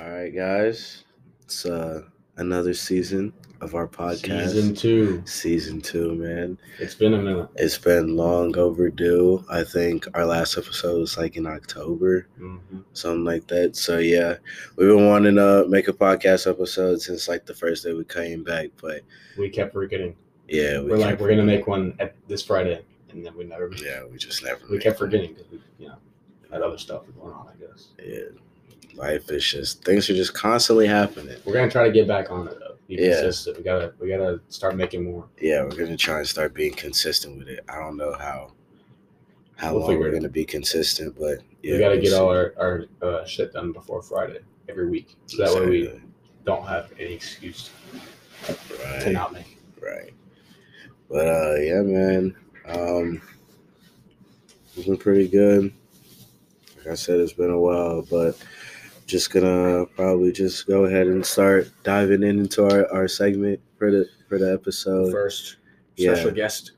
right, guys. It's uh, another season of our podcast. Season two. Season two, man. It's been a minute. It's been long overdue. I think our last episode was like in October, Mm-hmm. something like that. So yeah, we've been wanting to make a podcast episode since like the first day we came back, but We kept forgetting. yeah, we We are like, kept- we're gonna make one at this Friday, and then we never. Made it. yeah, we just never We made kept one. forgetting because we, you know, had other stuff going on. I guess Yeah, life is just things are just constantly happening. we're gonna try to get back on it though. Be Yeah. consistent. We gotta, we gotta start making more. yeah, we're gonna try and start being consistent with it. I don't know how how We'll long figure we're it out. gonna be consistent, but yeah, we gotta we'll get see. all our our uh, shit done before Friday every week, so that way we Exactly. don't have any excuse to right, not make. it. right. But uh, yeah, man, um, we've been pretty good. Like I said, it's been a while, but just gonna probably just go ahead and start diving into our, our segment for the for the episode. First yeah. special guest.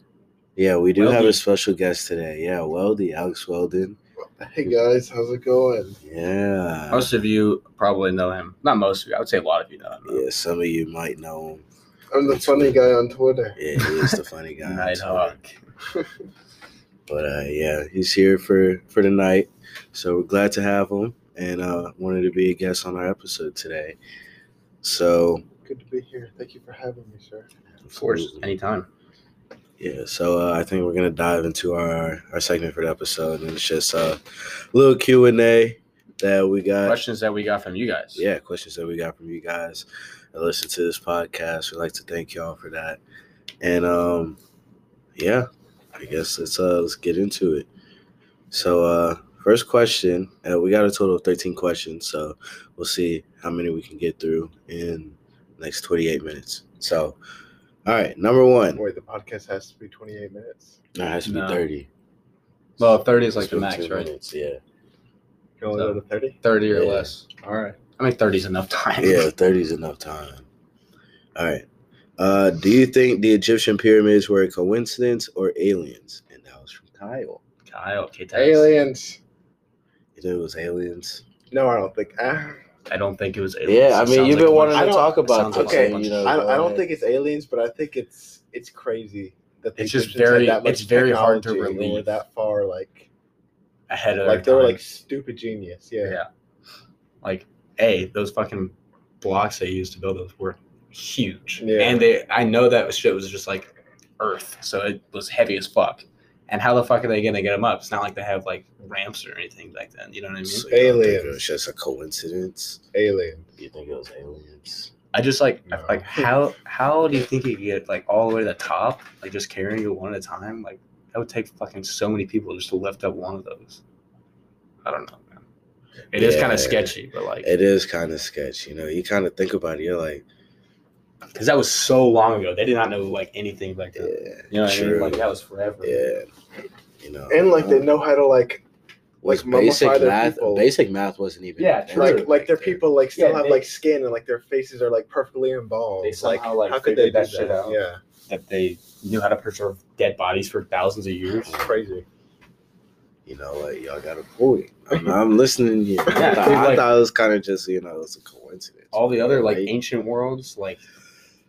Yeah, we do have Weldy. a special guest today. Yeah, Weldy, Alex Weldon. Hey guys, how's it going? Yeah. Most of you probably know him. Not most of you. I would say a lot of you know him. though. Yeah, some of you might know him. I'm the funny guy on Twitter. Yeah, he is the funny guy. on Twitter. Nighthawk. But uh, yeah, he's here for for the night, so we're glad to have him, and uh, wanted to be a guest on our episode today. So Good to be here. Thank you for having me, sir. Of course, anytime. yeah, so uh, I think we're gonna dive into our our segment for the episode, and it's just a little Q and A that we got. Questions that we got from you guys. Uh, yeah, questions that we got from you guys that listen to this podcast. We'd like to thank y'all for that. And um yeah, I guess let's uh let's get into it. So uh first question, uh, we got a total of 13 questions, so we'll see how many we can get through in the next 28 minutes. So all right, number one. Wait, the podcast has to be 28 minutes. No, it has to be No. 30. Well, 30 is like It's the max, 15 right? minutes, Yeah. You can only So- go to 30? 30 or Yeah. less. All right. I mean, 30 is enough time. Yeah, 30 is enough time. All right. Uh, do you think the Egyptian pyramids were a coincidence or aliens? And that was from Kyle. Kyle, okay, Tess. Aliens. You think it was aliens? No, I don't think. ah, I don't think it was aliens. Yeah, I It mean, sounds you've been like a bunch- wanting I to don't- talk it about sounds like this. a and, bunch you of- know, I don't, I uh, don't think it's aliens, but I think it's it's crazy that the It's just Egyptians had very- that much it's very hard to technology and They were believe. that far, like ahead of like they their were time. like stupid genius. yeah. Yeah. Like, A, those fucking blocks they used to build those were huge. Yeah. And they, I know that shit was just like earth, so it was heavy as fuck. And how the fuck are they gonna get them up? It's not like they have like ramps or anything back then. You know what I mean? so you don't think it was Aliens. just a coincidence. Aliens. You think it was aliens? I just like No. like how how do you think you could get like all the way to the top like just carrying it one at a time like that would take fucking so many people just to lift up one of those. I don't know, man. It is kind Yeah. of sketchy, but like It is kind of sketch. You know, you kind of think about it. You're like, because that was so long ago, they did not know like anything back then. yeah, You know what I true. mean? Like that was forever. yeah. You know, And like they know how to like was like, mummify basic their math. people. Basic math wasn't even. Yeah, invented true. like like their back then. people like still Yeah, have they- like skin and like their faces are like perfectly involved. They somehow, like, how could they figured do that shit that? out. Yeah. That they knew how to preserve dead bodies for thousands of years. It's crazy. you know what, y'all got a point. I'm, I'm listening here. I, Yeah, thought, dude, I like- thought it was kind of just, you know, it's a coincidence. all the other like Right? ancient worlds, like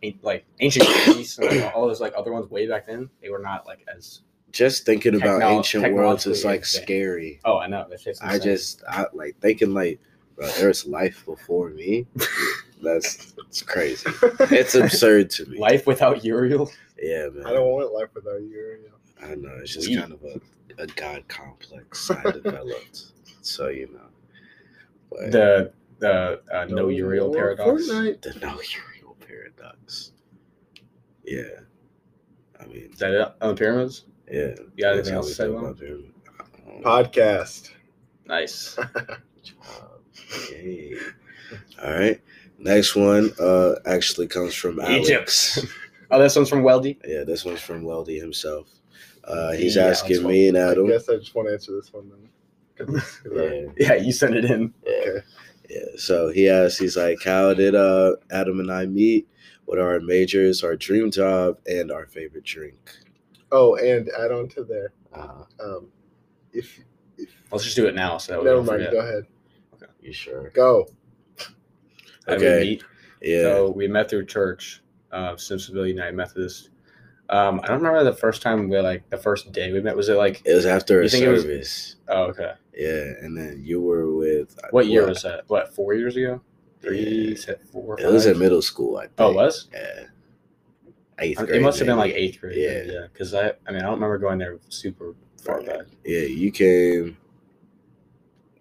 an- like ancient Greece, and like, all those like other ones way back then, they were not like as. just thinking about technol- ancient worlds is technologically like advanced. scary. Oh, I know. That shit's I insane. just, I like thinking like, bro, there's life before me. That's it's crazy. It's absurd to me. life without Uriel. Yeah, man. I don't want life without you. you know. I know it's just We- kind of a, a god complex I developed. So you know, but the, The the uh, no Uriel more paradox. Fortnite. no Uriel paradox. Yeah, I mean, Is that it on the pyramids? yeah. You got That's anything how else we to say feel about about them. Um, Podcast. it? Nice. okay. Uh, All right. Next one uh actually comes from Alex. Egypt. oh, this one's from Weldy. Yeah, this one's from Weldy himself. Uh Yeah, he's Alex asking me and I Adam. guess I just want to answer this one then. 'Cause it's- 'cause I- Yeah, Yeah, you sent it in. yeah. Okay. Yeah. So he asked, he's like, How did uh Adam and I meet? What are our majors, our dream job, and our favorite drink? Oh, and add on to there. Uh-huh, Uh Um, if if Let's just do it now. So that we Oh, never don't mind, forget. go ahead. you sure? Go. that Okay. we meet. Yeah. So we met through church, uh, Simpsonville United Methodist. Um, I don't remember the first time we like the first day we met. Was it like it was after a You think it was- service. oh okay? Yeah, and then you were with What year well, was that? What four years ago? Three, se- four. It was five? in middle school, I think. Oh, it was. Yeah. Uh, Eighth grade. It must have been maybe. like eighth grade. Yeah, Yeah. yeah. Because I, I mean, I don't remember going there super far Right. back. Yeah, you came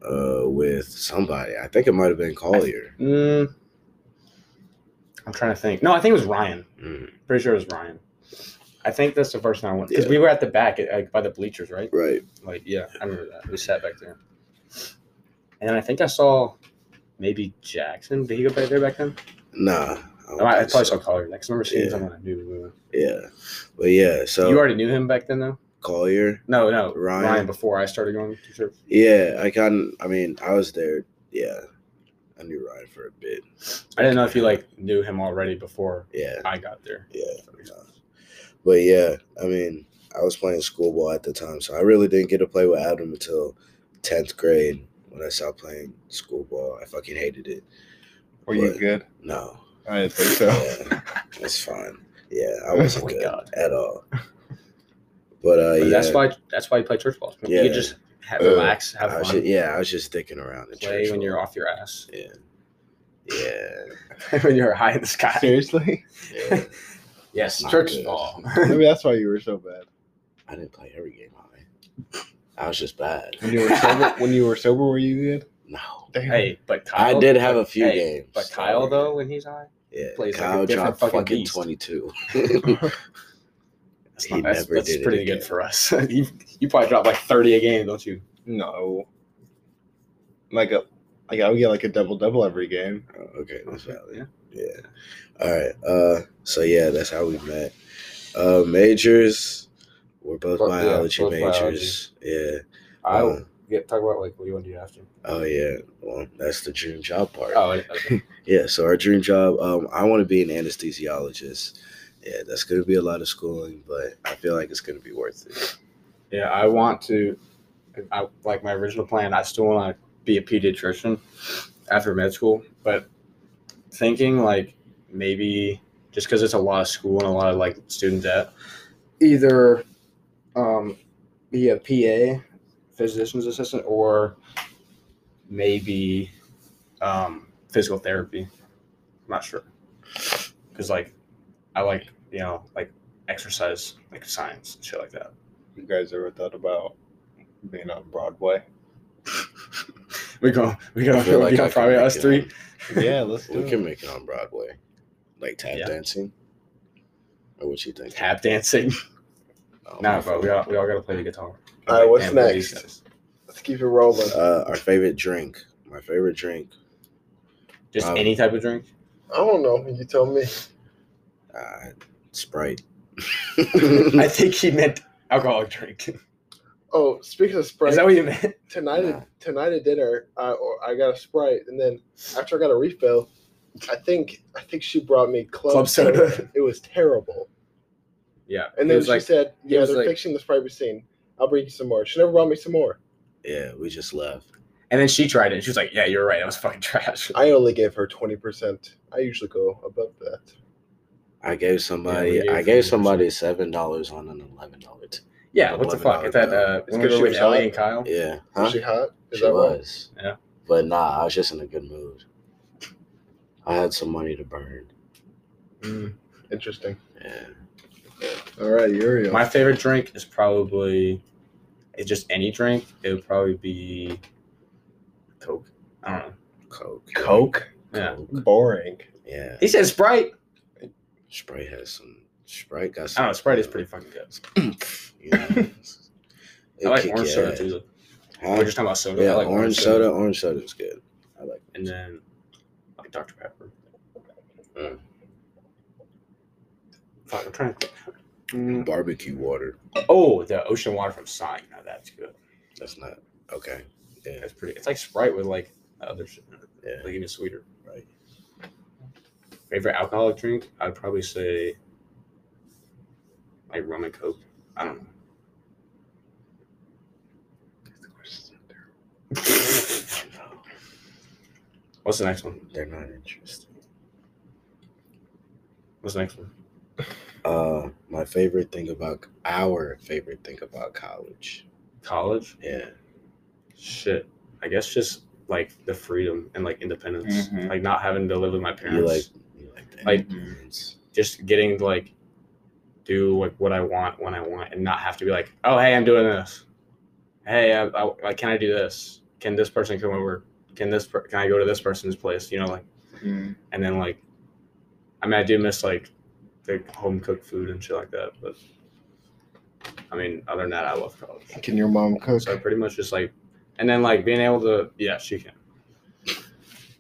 uh with somebody. I think it might have been Collier. Mm, I'm trying to think. No, I think it was Ryan. Mm, Pretty sure it was Ryan. I think that's the first time I went because we were at the back, at, like by the bleachers, right? right. Like, yeah, I remember that. We sat back there. And I think I saw maybe Jackson. Did he go back there back then? Nah. I don't No, I, I think probably so. saw Collier next. I remember seeing Yeah. someone I knew. Yeah. But yeah, so you already knew him back then, though? Collier. No, no. Ryan. Ryan, before I started going to church. Yeah, I kind I mean, I was there. Yeah. I knew Ryan for a bit. I didn't know if you like knew him already before Yeah. I got there. Yeah. But yeah, I mean, I was playing school ball at the time, so I really didn't get to play with Adam until tenth grade when I stopped playing school ball. I fucking hated it. Were you What? good? No, I didn't think so. yeah, that's fine. Yeah, I wasn't Oh my good God. at all. But uh, But yeah, That's why. That's why you play church balls. You Yeah. could just ha- Uh, relax, have I was fun, just, yeah, I was just dicking around. in play church when all- you're off your ass, Yeah, yeah, when you're high in the sky. Seriously? yeah. Yes, Not church good. ball. Maybe that's why you were so bad. I didn't play every game. High. I was just bad. When you were sober, when you were sober, were you good? No, Damn. hey, but Kyle, I did have but- a few hey, games. But that Kyle were- though, when he's high, Yeah, plays like a Kyle different dropped fucking fucking Oh, beast. twenty two. that's, He not, that's, never that's did it pretty good again. for us. you, you probably drop like thirty a game, don't you? No. Like a like I would get like a double double every game. Oh, okay, that's valid. Yeah. Yeah. All right. Uh, so yeah, that's how we met. Uh, majors. We're both Bo- yeah, biology both majors. Yeah. I uh, get talk about like what you want to do after. oh yeah. Well, that's the dream job part. Oh, okay. Yeah. So our dream job. Um, I want to be an anesthesiologist. Yeah, that's gonna be a lot of schooling, but I feel like it's gonna be worth it. yeah, I want to. I like my original plan. I still want to be a pediatrician after med school, but thinking like maybe just because it's a lot of school and a lot of like student debt, either um, be a PA, physician's assistant, or maybe um, physical therapy. I'm not sure because like I like you know like exercise, like science, and shit like that. You guys ever thought about being on Broadway? We go. We go. I feel like we go I can probably make us it three. Yeah, let's on- we can make it on Broadway, like tap Yeah. dancing. Or what you think? Tap dancing. Oh, Nah, bro. We all we all gotta play the guitar. All right, what's And with these next? guys. Let's keep it rolling. Uh, our favorite drink. My favorite drink. Just Um, any type of drink. I don't know. You tell me. Uh, Sprite. mm. I think he meant alcoholic drink. Oh, speaking of Sprite, Is that what you meant? tonight Nah. at tonight at dinner, I or- I got a Sprite, and then after I got a refill, I think I think she brought me club, Club soda. It was terrible. Yeah. And It then was she like, said, "Yeah, was they're like- fixing the Sprite machine. I'll bring you some more." She never brought me some more. yeah, we just left. and then she tried it. and She was like, "Yeah, you're right. That was fucking trash." I only gave her twenty percent. I usually go above that. I gave somebody. Yeah, we gave I gave 40%. somebody seven dollars on an eleven dollar. T- yeah. What the $11 fuck? Is that uh, It's when we good were she with was Ellie hot. and Kyle? yeah, Was huh? she hot? Is She that right? was. Yeah. But nah, I was just in a good mood. I had some money to burn. Mm. Interesting. Yeah. All right, Uriel. My favorite drink is probably, it's just any drink. It would probably be Coke. I don't know. Coke. Coke. Yeah. Coke. Boring. Yeah. He said Sprite. Sprite has some. Sprite got I some. don't know. Sprite is pretty fucking good. You know, it's- I it'll like kick orange your soda ass. too. though. Huh? We're just talking about soda. Yeah, I like orange soda. Orange soda is good. I like. and then like Dr Pepper. Mm. Fuck, I'm trying to. Barbecue water. Oh, the ocean water from Sign. Now that's good. That's not okay. Yeah, That's pretty. It's like Sprite with like other shit, in it, yeah. like even sweeter. Right. Favorite alcoholic drink? I'd probably say like rum and coke. I don't know. What's the next one? They're not interesting. What's the next one? Uh, my favorite thing about our favorite thing about college. College? Yeah, Shit. I guess just like the freedom and like independence, Mhm. like not having to live with my parents. Mm-hmm. you like you like the Like- independence. just getting to like do like what I want when I want and not have to be like, oh hey, I'm doing this. Hey, I, I, like, can I do this? Can this person come over? Can this per- can I go to this person's place? You know, like Mm. and then like, I mean, I do miss like the home cooked food and shit like that, but I mean, other than that, I love college. Can your mom cook? So I pretty much just like, and then like being able to, yeah, she can.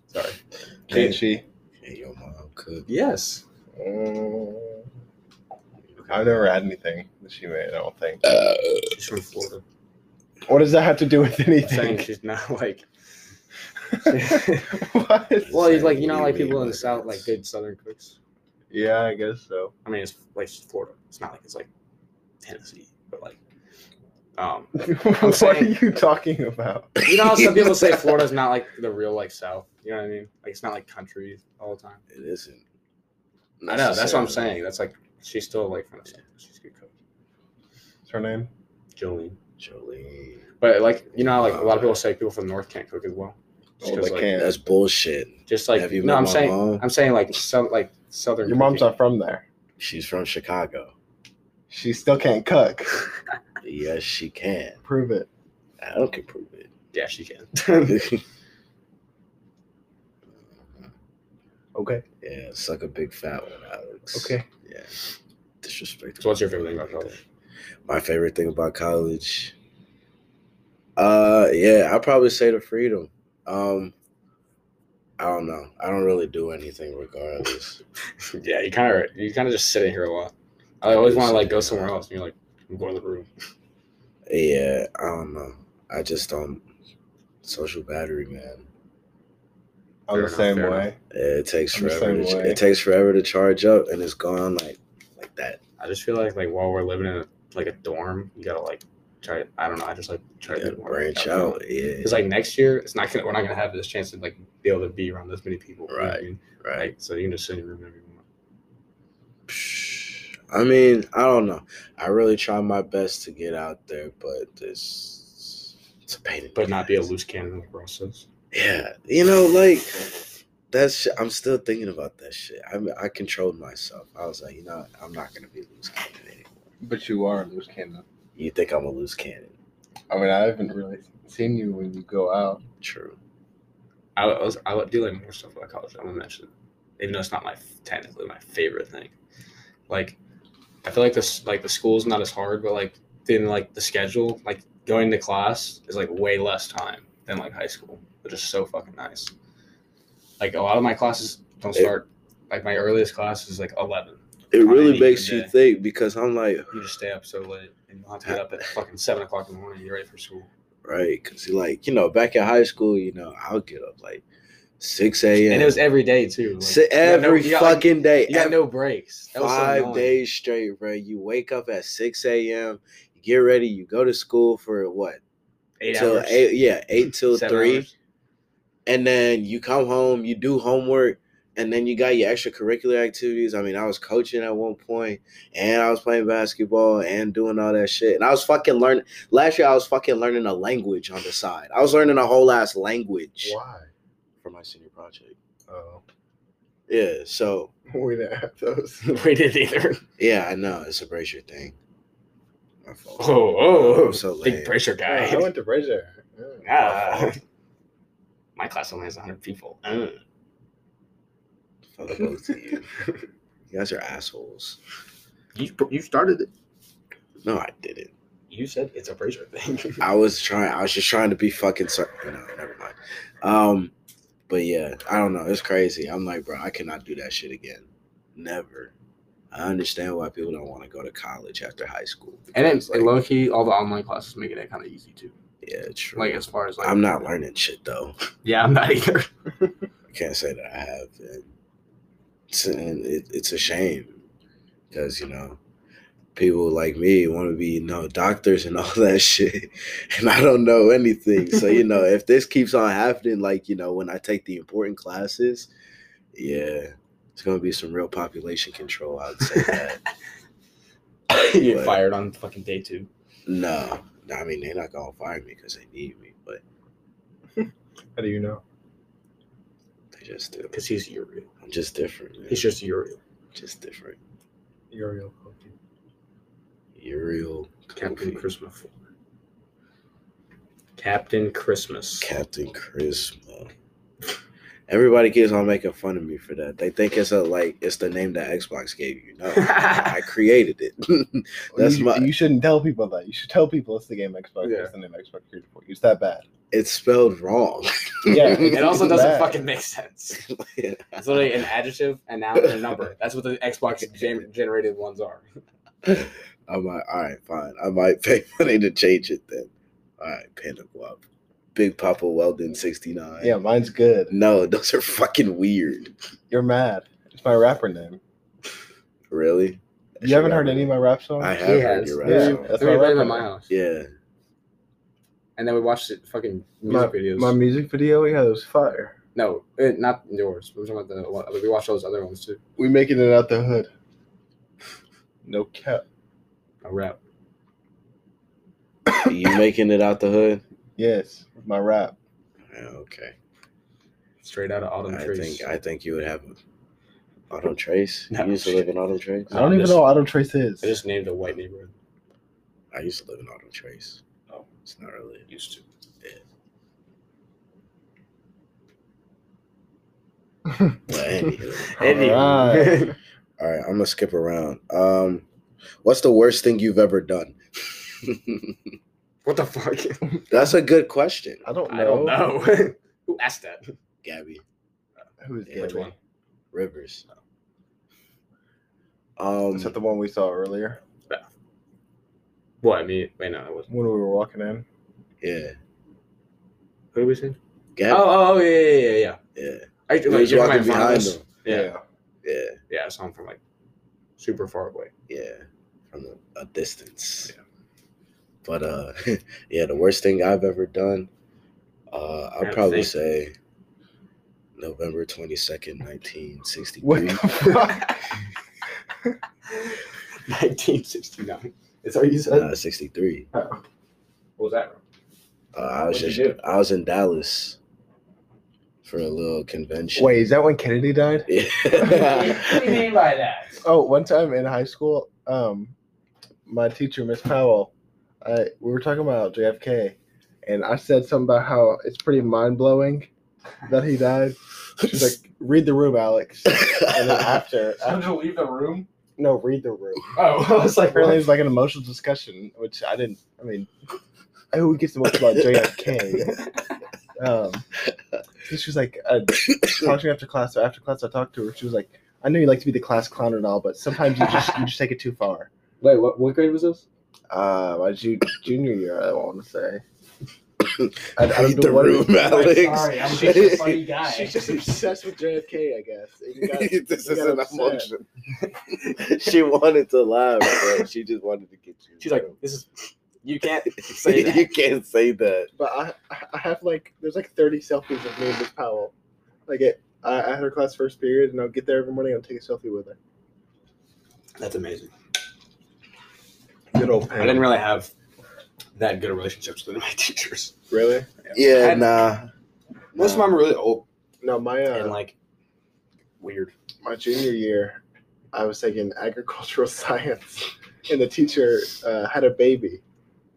Sorry. Can she? Hey, your mom cook. Yes. Mm. I've never had anything that she made. I don't think. She's from Florida. What does that have to do with Saying anything? she's not like what? Well, it's like you know, Really like people in the what it south, like is. good southern cooks. Yeah, I guess so. I mean, it's like it's Florida. It's not like it's like Tennessee, but like, um, what saying- are you talking about? you know, how some people say Florida's not like the real like South. You know what I mean? Like it's not like country all the time. It isn't. I know. That's what I'm Necessarily. saying. That's like she's still like from the south. She's a good cook, What's her name? Jolene. Uh, Jolene. But like you know, how, like a lot of people say people from the north can't cook as well. Just Oh, 'cause, they like, can't. That's bullshit. just like Have you no, met I'm my saying mom? I'm saying like some like southern. Your mom's cooking. not from there. She's from Chicago. She still can't cook. Yes, she can. Prove it. I don't can prove it. Yeah, she can. Okay. yeah, suck a big fat one, Alex. Okay. Yeah. Disrespectful. so what's your favorite thing about college? My favorite thing about college. Uh yeah, I'd probably say the freedom. Um I don't know. I don't really do anything regardless. Yeah, you kind of you kind of just sitting here a lot. I always want to like go somewhere else, and you're like, I'm going to the room. yeah, I don't know. I just don't social battery, man. I'm Fair the enough, same fair way. It takes I'm the forever. same To, way. it takes forever to charge up, and it's gone like like that. I just feel like like while we're living in a, like a dorm, you gotta like try. I don't know. I just like try You to gotta branch out. Yeah, Because like next year, it's not gonna we're not gonna have this chance to like be able to be around this many people. you know what I Right. mean? right. Like so you can just sit in your room every morning. I mean, I don't know. I really try my best to get out there, but it's it's a pain. in the But not be a ass. loose cannon like Ross says. Yeah, you know, like that's. I'm still thinking about that shit. I mean, I controlled myself. I was like, you know, I'm not gonna be a loose cannon anymore. But you are a loose cannon. You think I'm a loose cannon? I mean, I haven't really seen you when you go out. True. I would- I, was, I would do like more stuff about college. I'm gonna mention, even though it's not my technically my favorite thing. Like, I feel like this like the school's not as hard, but like then like the schedule, like going to class is like way less time than like high school, which is so fucking nice. Like a lot of my classes don't It- start. Like my earliest class is like 11. It really Tiny makes you day. think because I'm like, You just stay up so late and you'll have to get up at fucking seven o'clock in the morning. You're ready for school. right? Because like, you know, back in high school, you know, I'll get up like six a.m. And it was every day too. Like, Si- you got no- every you got, like, fucking day. you got every no breaks. That was so five annoying. days straight, bro. You wake up at six a.m. You get ready. You go to school for what? Eight till hours. eight. Yeah, eight till seven three, hours. and then you come home. You do homework, and then you got your extracurricular activities. I mean, I was coaching at one point, and I was playing basketball and doing all that shit. And I was fucking learning. Last year, I was fucking learning a language on the side. I was learning a whole ass language Why? for my senior project. Oh, Yeah, so we didn't have those. we did either. yeah, I know it's a brazier thing. My fault. Oh, oh, oh, I'm so lame. big pressure guy. I went to Bridger. Yeah. Ah. My class only has 100 people. Uh. Fuck both of you. You guys are assholes. You, you started it. No, I didn't. You said it's a pressure thing. I was trying. I was just trying to be fucking. Cer- no, never mind. Um, but yeah, I don't know. It's crazy. I'm like, bro, I cannot do that shit again. Never. I understand why people don't want to go to college after high school. and then, It's like- low key, all the online classes making it kind of easy too. yeah, it's true. Like as far as like, I'm not learning shit though. Yeah, I'm not either. I can't say that I have. And it's, and it, it's a shame because, you know, people like me want to be, you know, doctors and all that shit. And I don't know anything. So, you know, if this keeps on happening, like, you know, when I take the important classes, yeah, it's going to be some real population control. I'd say that. you get But- fired on fucking day two. no, I mean, they're not going to fire me because they need me, but How do you know? they just do. Because he's Uriel. I'm just different. Man. He's just Uriel. just different. Uriel Cookie. Uriel, Captain Kofi, Christmas. Captain Christmas. Captain Christmas. Everybody keeps on making fun of me for that. They think it's a like it's the name that Xbox gave you. No, I created it. That's you, my- you shouldn't tell people that. You should tell people it's the game Xbox. Yeah. It's the name Xbox 364. It's that bad. it's spelled wrong. Yeah, it also doesn't Bad. fucking make sense. It's literally an adjective, a noun, and a number. That's what the Xbox gen- generated ones are. I'm like, all right, fine. I might pay money to change it then. All right, Panda Guap. Big Papa Weldon 69. Yeah, mine's good. No, those are fucking weird. You're mad. It's my rapper name. Really? You haven't heard any of my rap songs? I have He heard has, your yeah. rap song. That's we my played them rapper at my name. house. Yeah. And then we watched it fucking music My, videos. my music video, yeah, it was fire. no, eh, not yours. We're talking about the one- we watched all those other ones too. We making it out the hood. No cap. A rap. you making it out the hood? Yes, with my rap. Yeah, okay. Straight out of Autumn I Trees. think I think you would have a Autumn Trace. No. You used to live in Autumn Trace. I don't even this- know what Autumn Trace is. I just named a white neighborhood. I used to live in Autumn Trace. Oh. it's not really. Used to. But anywho. Anywho. Alright. All right, I'm gonna skip around. Um, what's the worst thing you've ever done? What the fuck? That's a good question, I don't know. I don't know. Who asked that? Gabby Who's Yeah, Gabby? Rivers. Um, Is that the one we saw earlier What? I mean, wait, no, that wasn't. when we were walking in? yeah, Oh. Who did we say? Gabby. Oh, oh, yeah, yeah, yeah, yeah. Yeah, I, he wait, was you're talking walking about in front of behind us? them. Yeah, Yeah, yeah, I saw him from like super far away. yeah, from a, a distance. But uh, yeah, the worst thing I've ever done, uh, I'll Gotta probably think. say November twenty second, nineteen sixty What three. the fuck? 1969. Is that what you said? Uh, sixty three. What was that? Uh, I was What'd just you do? I was in Dallas for a little convention. Wait, is that when Kennedy died? Yeah. mean by that? Oh, one time in high school, um, my teacher, Miss Powell, I we were talking about JFK, and I said something about how it's pretty mind blowing that he died. She's like, "Read the room, Alex." And then after, after to leave the room? no, read the room. Oh, I was like, Apparently, it was like an emotional discussion, which I didn't. I mean, who gets the most about JFK? um, so she was like, uh, talked to me after class. So after class, I talked to her. She was like, "I know you like to be the class clown and all, but sometimes you just you just take it too far." Wait, what, what grade was this? uh, my ju- junior year, I want to say. I, I Read don't the know what it- room, Alex. I'm just a funny guy. She's just obsessed with JFK, I guess. And you got- this you is got an upset. emotion. she wanted to laugh, bro. She just wanted to get you. She's like, this is. You can't say that. you can't say that. But I, I- I have like, there's like 30 selfies of me and Miss Powell. Like, it, I, I had her class first period, and I'll get there every morning. I'll take a selfie with her. That's amazing. Good old I didn't really have that good of relationships with my teachers. Really? Yeah, And- nah. Most of Nah. mine were really old No, my and uh, like weird. my junior year, I was taking agricultural science, and the teacher uh, had a baby.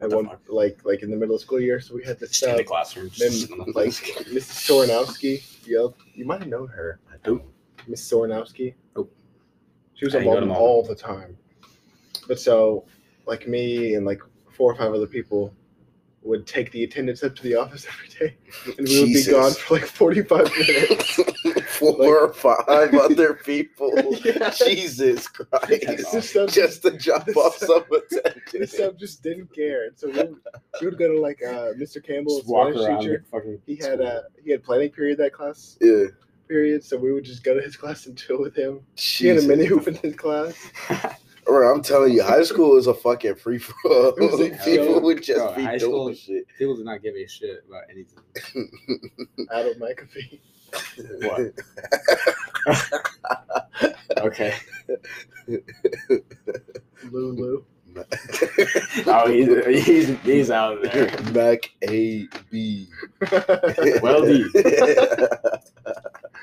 At the one, fuck? like, like in the middle of school year, so we had to Just in the stop. classroom. just Then, sitting on the like desk. Mrs. Soranowski, yep, you might know her. I don't. Miss Soranowski. Oh. She was I on didn't go to Malden Malden. all the time. But so, like me and like four or five other people would take the attendance up to the office every day, and we Jesus. would be gone for like forty-five minutes. Four or five other people. Yeah. Jesus This Christ. is some- Just to jump off some this attention. sub just didn't care. And so we would, we would go to like uh, Mr. Campbell, Just walk Spanish around. teacher. the Fucking He had school. uh, he had planning period that class Yeah. period, so we would just go to his class and chill with him. He had Jesus. a mini hoop in his class. Bro, I'm telling you, high school is a fucking free for all. It was a People joke. would just Bro, be high doing school- shit. People did not give a shit about anything. Adam McAfee. What? Okay. Lulu. Oh, he's he's, he's out of there. Mac A B. Well, D.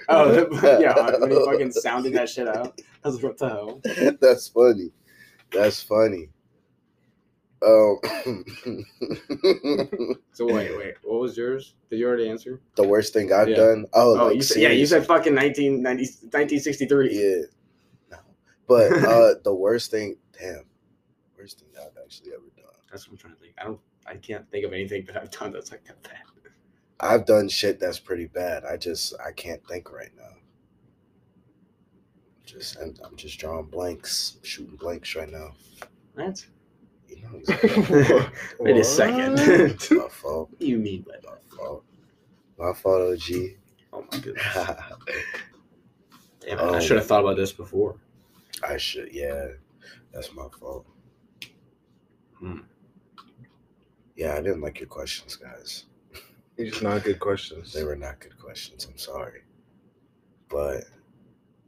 Oh, yeah. When he fucking sounded that shit out, I was like, what the hell? That's funny. That's funny. Um, So wait, wait. What was yours? Did you already answer? the worst thing I've Yeah. done. Oh, Oh, like, you said, yeah. You serious. said fucking 1990, 1963. Yeah. No. But uh the worst thing, damn, worst thing I've actually ever done. That's what I'm trying to think. I don't. I can't think of anything that I've done that's like that bad. I've done shit that's pretty bad. I just I can't think right now. Just I'm, I'm just drawing blanks, shooting blanks right now. What? You know, it's Wait a second. my fault. What do you mean by that? My fault. My fault, OG. Oh my goodness. Damn, I Um, should have thought about this before. I should, yeah. That's my fault. Hmm. Yeah, I didn't like your questions, guys. These just not good questions. They were not good questions. I'm sorry, but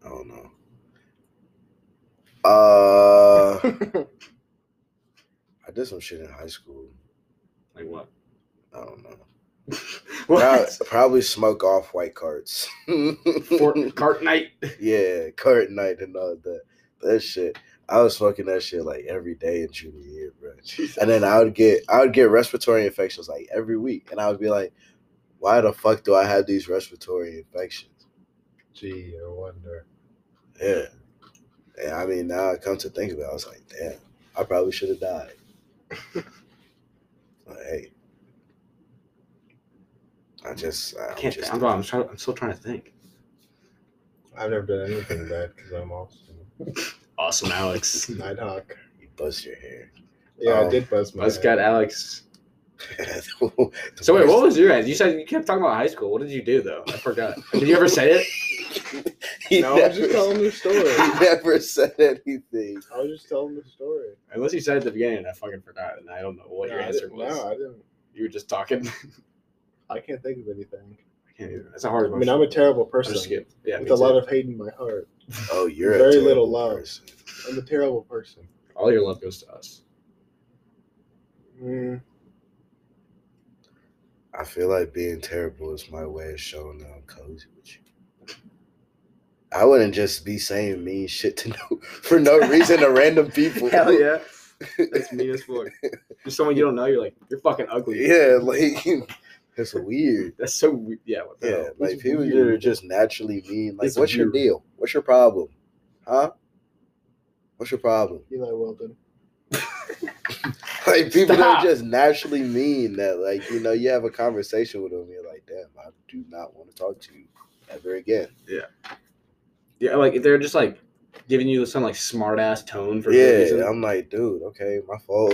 I don't know. Uh, I did some shit in high school. Like what? I don't know. Prob- what? Probably smoke off white carts. Fort Cart Night. yeah, cart night and all that. That shit. I was smoking that shit like every day in junior year, bro. Jesus. And then I would get I would get respiratory infections like every week, and I would be like, "Why the fuck do I have these respiratory infections?" Gee, I wonder. Yeah. And I mean, now I come to think of it, I was like, damn, I probably should have died. But hey, I just, I I am can't. just, I'm, I'm, trying, I'm still trying to think. I've never done anything bad because I'm awesome. Awesome, Alex. Nighthawk. you buzz your hair. Yeah, Oh. I did buzz my. Let's head. got Alex. The So wait, what worst- was your answer? You said you kept talking about high school. What did you do though? I forgot. Did you ever say it? He No, I'm never, just telling the story. he never said anything. I was just telling the story. Unless you said it at the beginning, I fucking forgot, and I don't know what your No, I answer didn't- was. No, I didn't. You were just talking. I can't think of anything. I can't either. That's a hard I one. mean, I'm a terrible person Just skip. Yeah, with me a lot too. of hate in my heart. Oh, you're a Very terrible little love. person. I'm a terrible person. all your love goes to us. Mm, I feel like being terrible is my way of showing that I'm cozy with you. I wouldn't just be saying mean shit to no for no reason to random people. Hell yeah, that's mean as fuck. Just someone you don't know, you're like, you're fucking ugly. Yeah, like that's weird. That's so weird. Yeah, what the Yeah, hell? like It's people that are weird. just naturally mean. Like, It's what's your weird. deal? What's your problem? Huh? What's your problem? Eli Weldon. Like people that Stop. are just naturally mean. That like you know you have a conversation with them. You're like, damn, I do not want to talk to you ever again. Yeah, like they're just like giving you some like smart ass tone for no reason. Yeah, I'm like, dude, okay, my fault.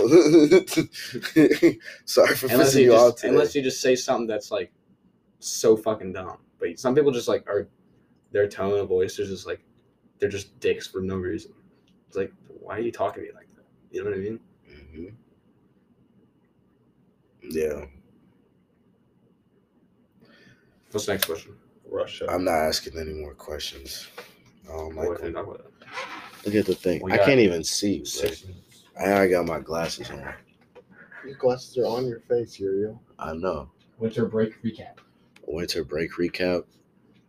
Sorry for unless pissing you you off just today. unless you just say something that's like so fucking dumb. But some people just like are their tone of voice is just like they're just dicks for no reason. It's like why are you talking to me like that? You know what I mean? Mhm. Yeah, What's the next question? Russia. I'm not asking any more questions. I don't like What 'em. can we talk about? Look at the thing. We I got- can't even see. bro. Six minutes. I, I got my glasses on. Your glasses are on your face, Uriel. I know. Winter break recap. Winter break recap.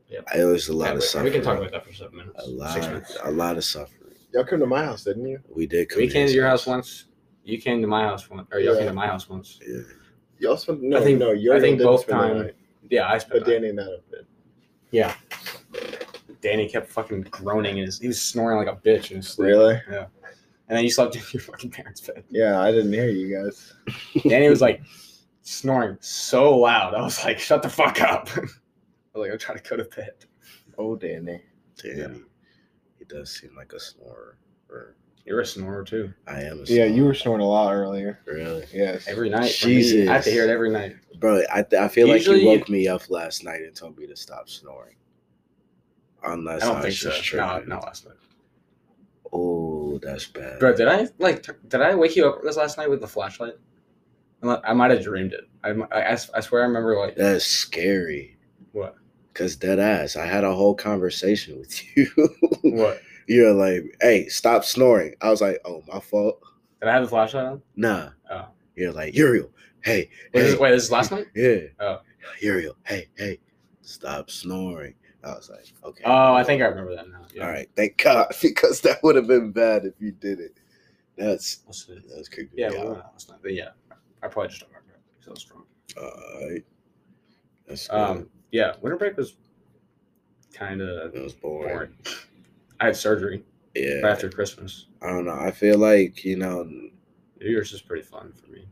Yep. I was a lot Yeah, of we- suffering. we can talk about that for seven minutes. a lot, Six minutes. a lot of suffering. Y'all came to my house, didn't you? We did. We come came to your house some- once. You came to my house once, or y'all Yeah. came to my house once. Yeah. Y'all spent no, I think- no. Uriel I think didn't both spend the time- night, Yeah, I spent. but Danny and Adam did. Danny kept fucking groaning and his, he was snoring like a bitch in his sleep. Really? And then you slept in your fucking parents' bed. Yeah, I didn't hear you guys. Danny was like snoring so loud. I was like, shut the fuck up. I was like, I'm trying to go to bed. Oh, Danny. Danny, Yeah. he does seem like a snorer. Or You're a snorer too. I am. A Yeah, you were snorer. snoring a lot earlier. really, Yes. Every night. for Jesus. Me, I have to hear it every night. bro. I th- I feel Usually like you- you woke me up last night and told me to stop snoring. Unless I I, don't think was so. just No, tripping. not last night. Oh, Ooh, that's bad. Bro, did I like? T- did I wake you up this last night with the flashlight? I'm like- I might have dreamed it. I, mi- I, I s- I swear I remember like That's scary. What? Cause dead ass, I had a whole conversation with you. what? You're like, "Hey, stop snoring." I was like, "Oh, my fault." Did I have the flashlight on? Nah. Oh. You're like Uriel. Hey, Wait, this, hey, wait, this is last night? yeah. Oh. Uriel. Hey, hey, stop snoring. I was like, okay. Oh, I think I remember that now. Yeah. All right. Thank God, because that would have been bad if you did it. That's We'll see. that's creepy. Yeah, we went out last night, but yeah, I probably just don't remember it because I was drunk. All right. That's good. Um, yeah, winter break was kind of it was boring. boring. I had surgery Yeah. right after Christmas. I don't know. I feel like you know, New Year's is pretty fun for me.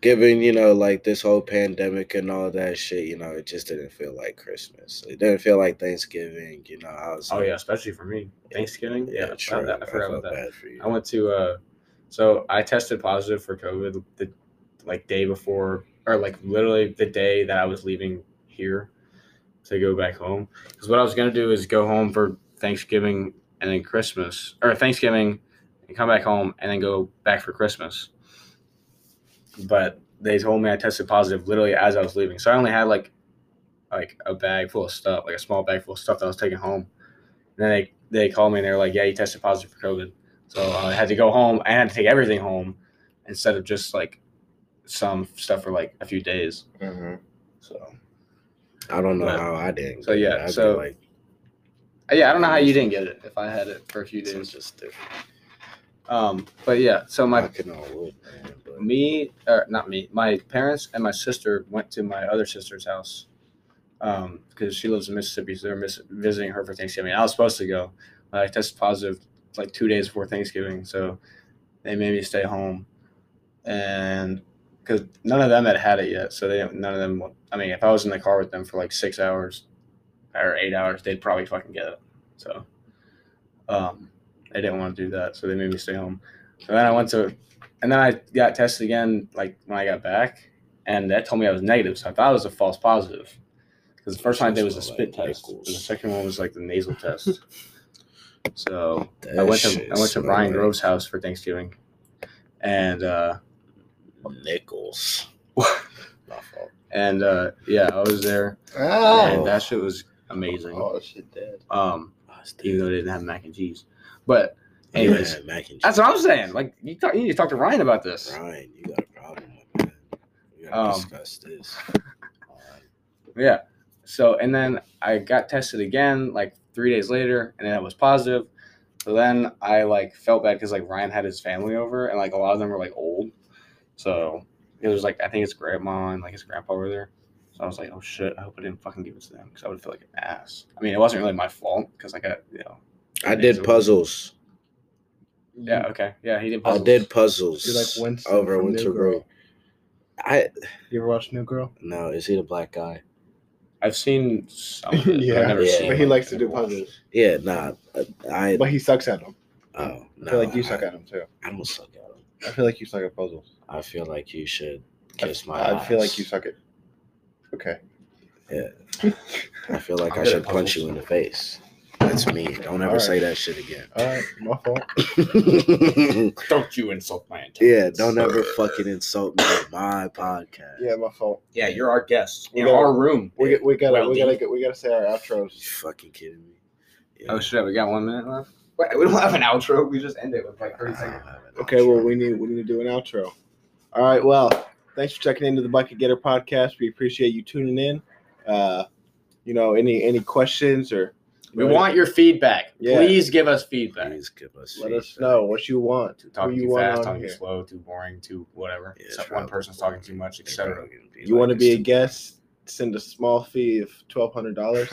given you know, like this whole pandemic and all that shit, you know, it just didn't feel like Christmas. It didn't feel like Thanksgiving. You know, I was. Oh like, yeah, especially for me. Thanksgiving. Yeah, I- true. I, I forgot felt about that. bad for you. I went to uh so I tested positive for COVID the like day before or like literally the day that I was leaving here to go back home. Because what I was gonna do is go home for Thanksgiving and then Christmas or Thanksgiving and come back home and then go back for Christmas. But they told me I tested positive literally as I was leaving. So I only had like like a bag full of stuff, like a small bag full of stuff that I was taking home. And then they they called me and they were like, "Yeah, you tested positive for COVID." So I had to go home. I had to take everything home instead of just like some stuff for like a few days. Mm-hmm. So I don't know But- how I didn't. so get it. yeah, I feel so- like Uh, yeah, I don't know how you didn't get it if I had it for a few it's days. just different. Um, but yeah, so my Mm, Knocking on wood, man, but- me or not me, my parents and my sister went to my other sister's house because she lives in Mississippi, so they're miss- visiting her for Thanksgiving. I was supposed to go, but I tested positive like two days before Thanksgiving, so they made me stay home, and because none of them had had it yet, so they didn't- none of them. wa- I mean, if I was in the car with them for like six hours or eight hours, they'd probably fucking get it. So, um, they didn't want to do that, so they made me stay home. So then I went to and then I got tested again, like when I got back, and that told me I was negative. So I thought it was a false positive. Because the first one I did was a spit Like test. nickels. The second one was like the nasal test. So I That went to shit I went to smell Brian like Grove's house for Thanksgiving, and uh, Nickels. My fault. and uh, yeah, I was there, Ah! and that shit was amazing. Oh, shit, dead. Um, I was even though they didn't have mac and cheese, but thinking- You anyways, had mac and that's what I'm saying. Like you, talk, you need to talk to Ryan about this. Ryan, you got a problem with that. We gotta Um, discuss this. Alright. Yeah. So and then I got tested again like three days later, and then I was positive. So then I like felt bad because like Ryan had his family over, and like a lot of them were like old. So it was like I think his grandma and like his grandpa were there. So I was like, oh shit, I hope I didn't fucking give it to them because I would feel like an ass. I mean, it wasn't really my fault because I got you know. I did so- puzzles. Yeah. Okay. Yeah, he did. Mm-hmm. I Puzzles. did puzzles. You're like Winston over from New winter Girl. break. I You ever watch New Girl? no, is he the black guy? I've seen some. Of it, but Yeah. I've never Yeah. seen But it. he likes to I've do never watched puzzles. Yeah, nah. uh, I, But he sucks at them. oh no. I feel like you I, suck at them too. I don't suck at him. I feel like you suck at puzzles. I feel like you should I- kiss my. I feel like ass. you suck at. Okay. I feel like I'm I good should at punch you puzzles. in the face. That's me. Don't ever Alright. say that shit again. All right, my fault. it. Don't you insult my intelligence. yeah, don't ever fucking insult me on my podcast. Yeah, my fault. Yeah, you're our guest in Yeah. our room. We, we gotta Well, we the- gotta get we gotta say our You outros. fucking kidding me? Yeah. Oh shit, we got one minute left. Wait, we don't have an outro. We just end it with like I don't 30 seconds. have an Okay, outro. well we need we need to do an outro. All right, well, thanks for checking into the Bucket Getter podcast. We appreciate you tuning in. Uh, you know, any any questions or We want your feedback. Yeah. Please give us feedback. please give us. let us feedback. know what you want. Too Talking who you too want fast, on talking too here. slow, too boring, too whatever. Yeah, Except try one to- person's talking too much, They're etc. probably gonna be You want to like, be a "It's guest? Send a small fee of twelve hundred dollars.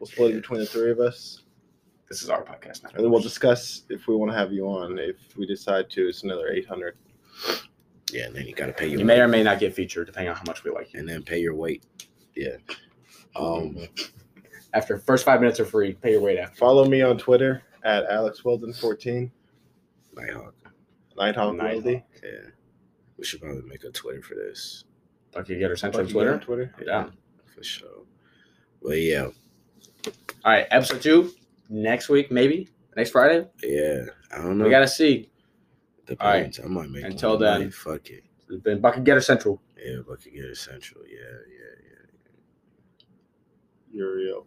we'll split it between the three of us, This is our podcast now. and then we'll discuss if we want to have you on. If we decide to, it's another eight hundred. too-" Yeah, and then you gotta pay your You may weight, or may not get featured, depending on how much we like you. and then pay your weight. Yeah. Um. After first five minutes are free. Pay your weight after. Follow me on Twitter at AlexWeldon14. Nighthawk. Nighthawk Nighthawk. Weldy. Yeah. oh, We should probably make a Twitter for this Bucky Getter Central Bucket Twitter. Getter Twitter. Yeah. for sure. But yeah, All right, episode two next week maybe. Next Friday, Yeah, I don't know. we gotta see. Depends. I might make Until more then. money. Fuck it. It's been Bucket Getter Central. Yeah, but I could get essential. Yeah, yeah, yeah. You're real.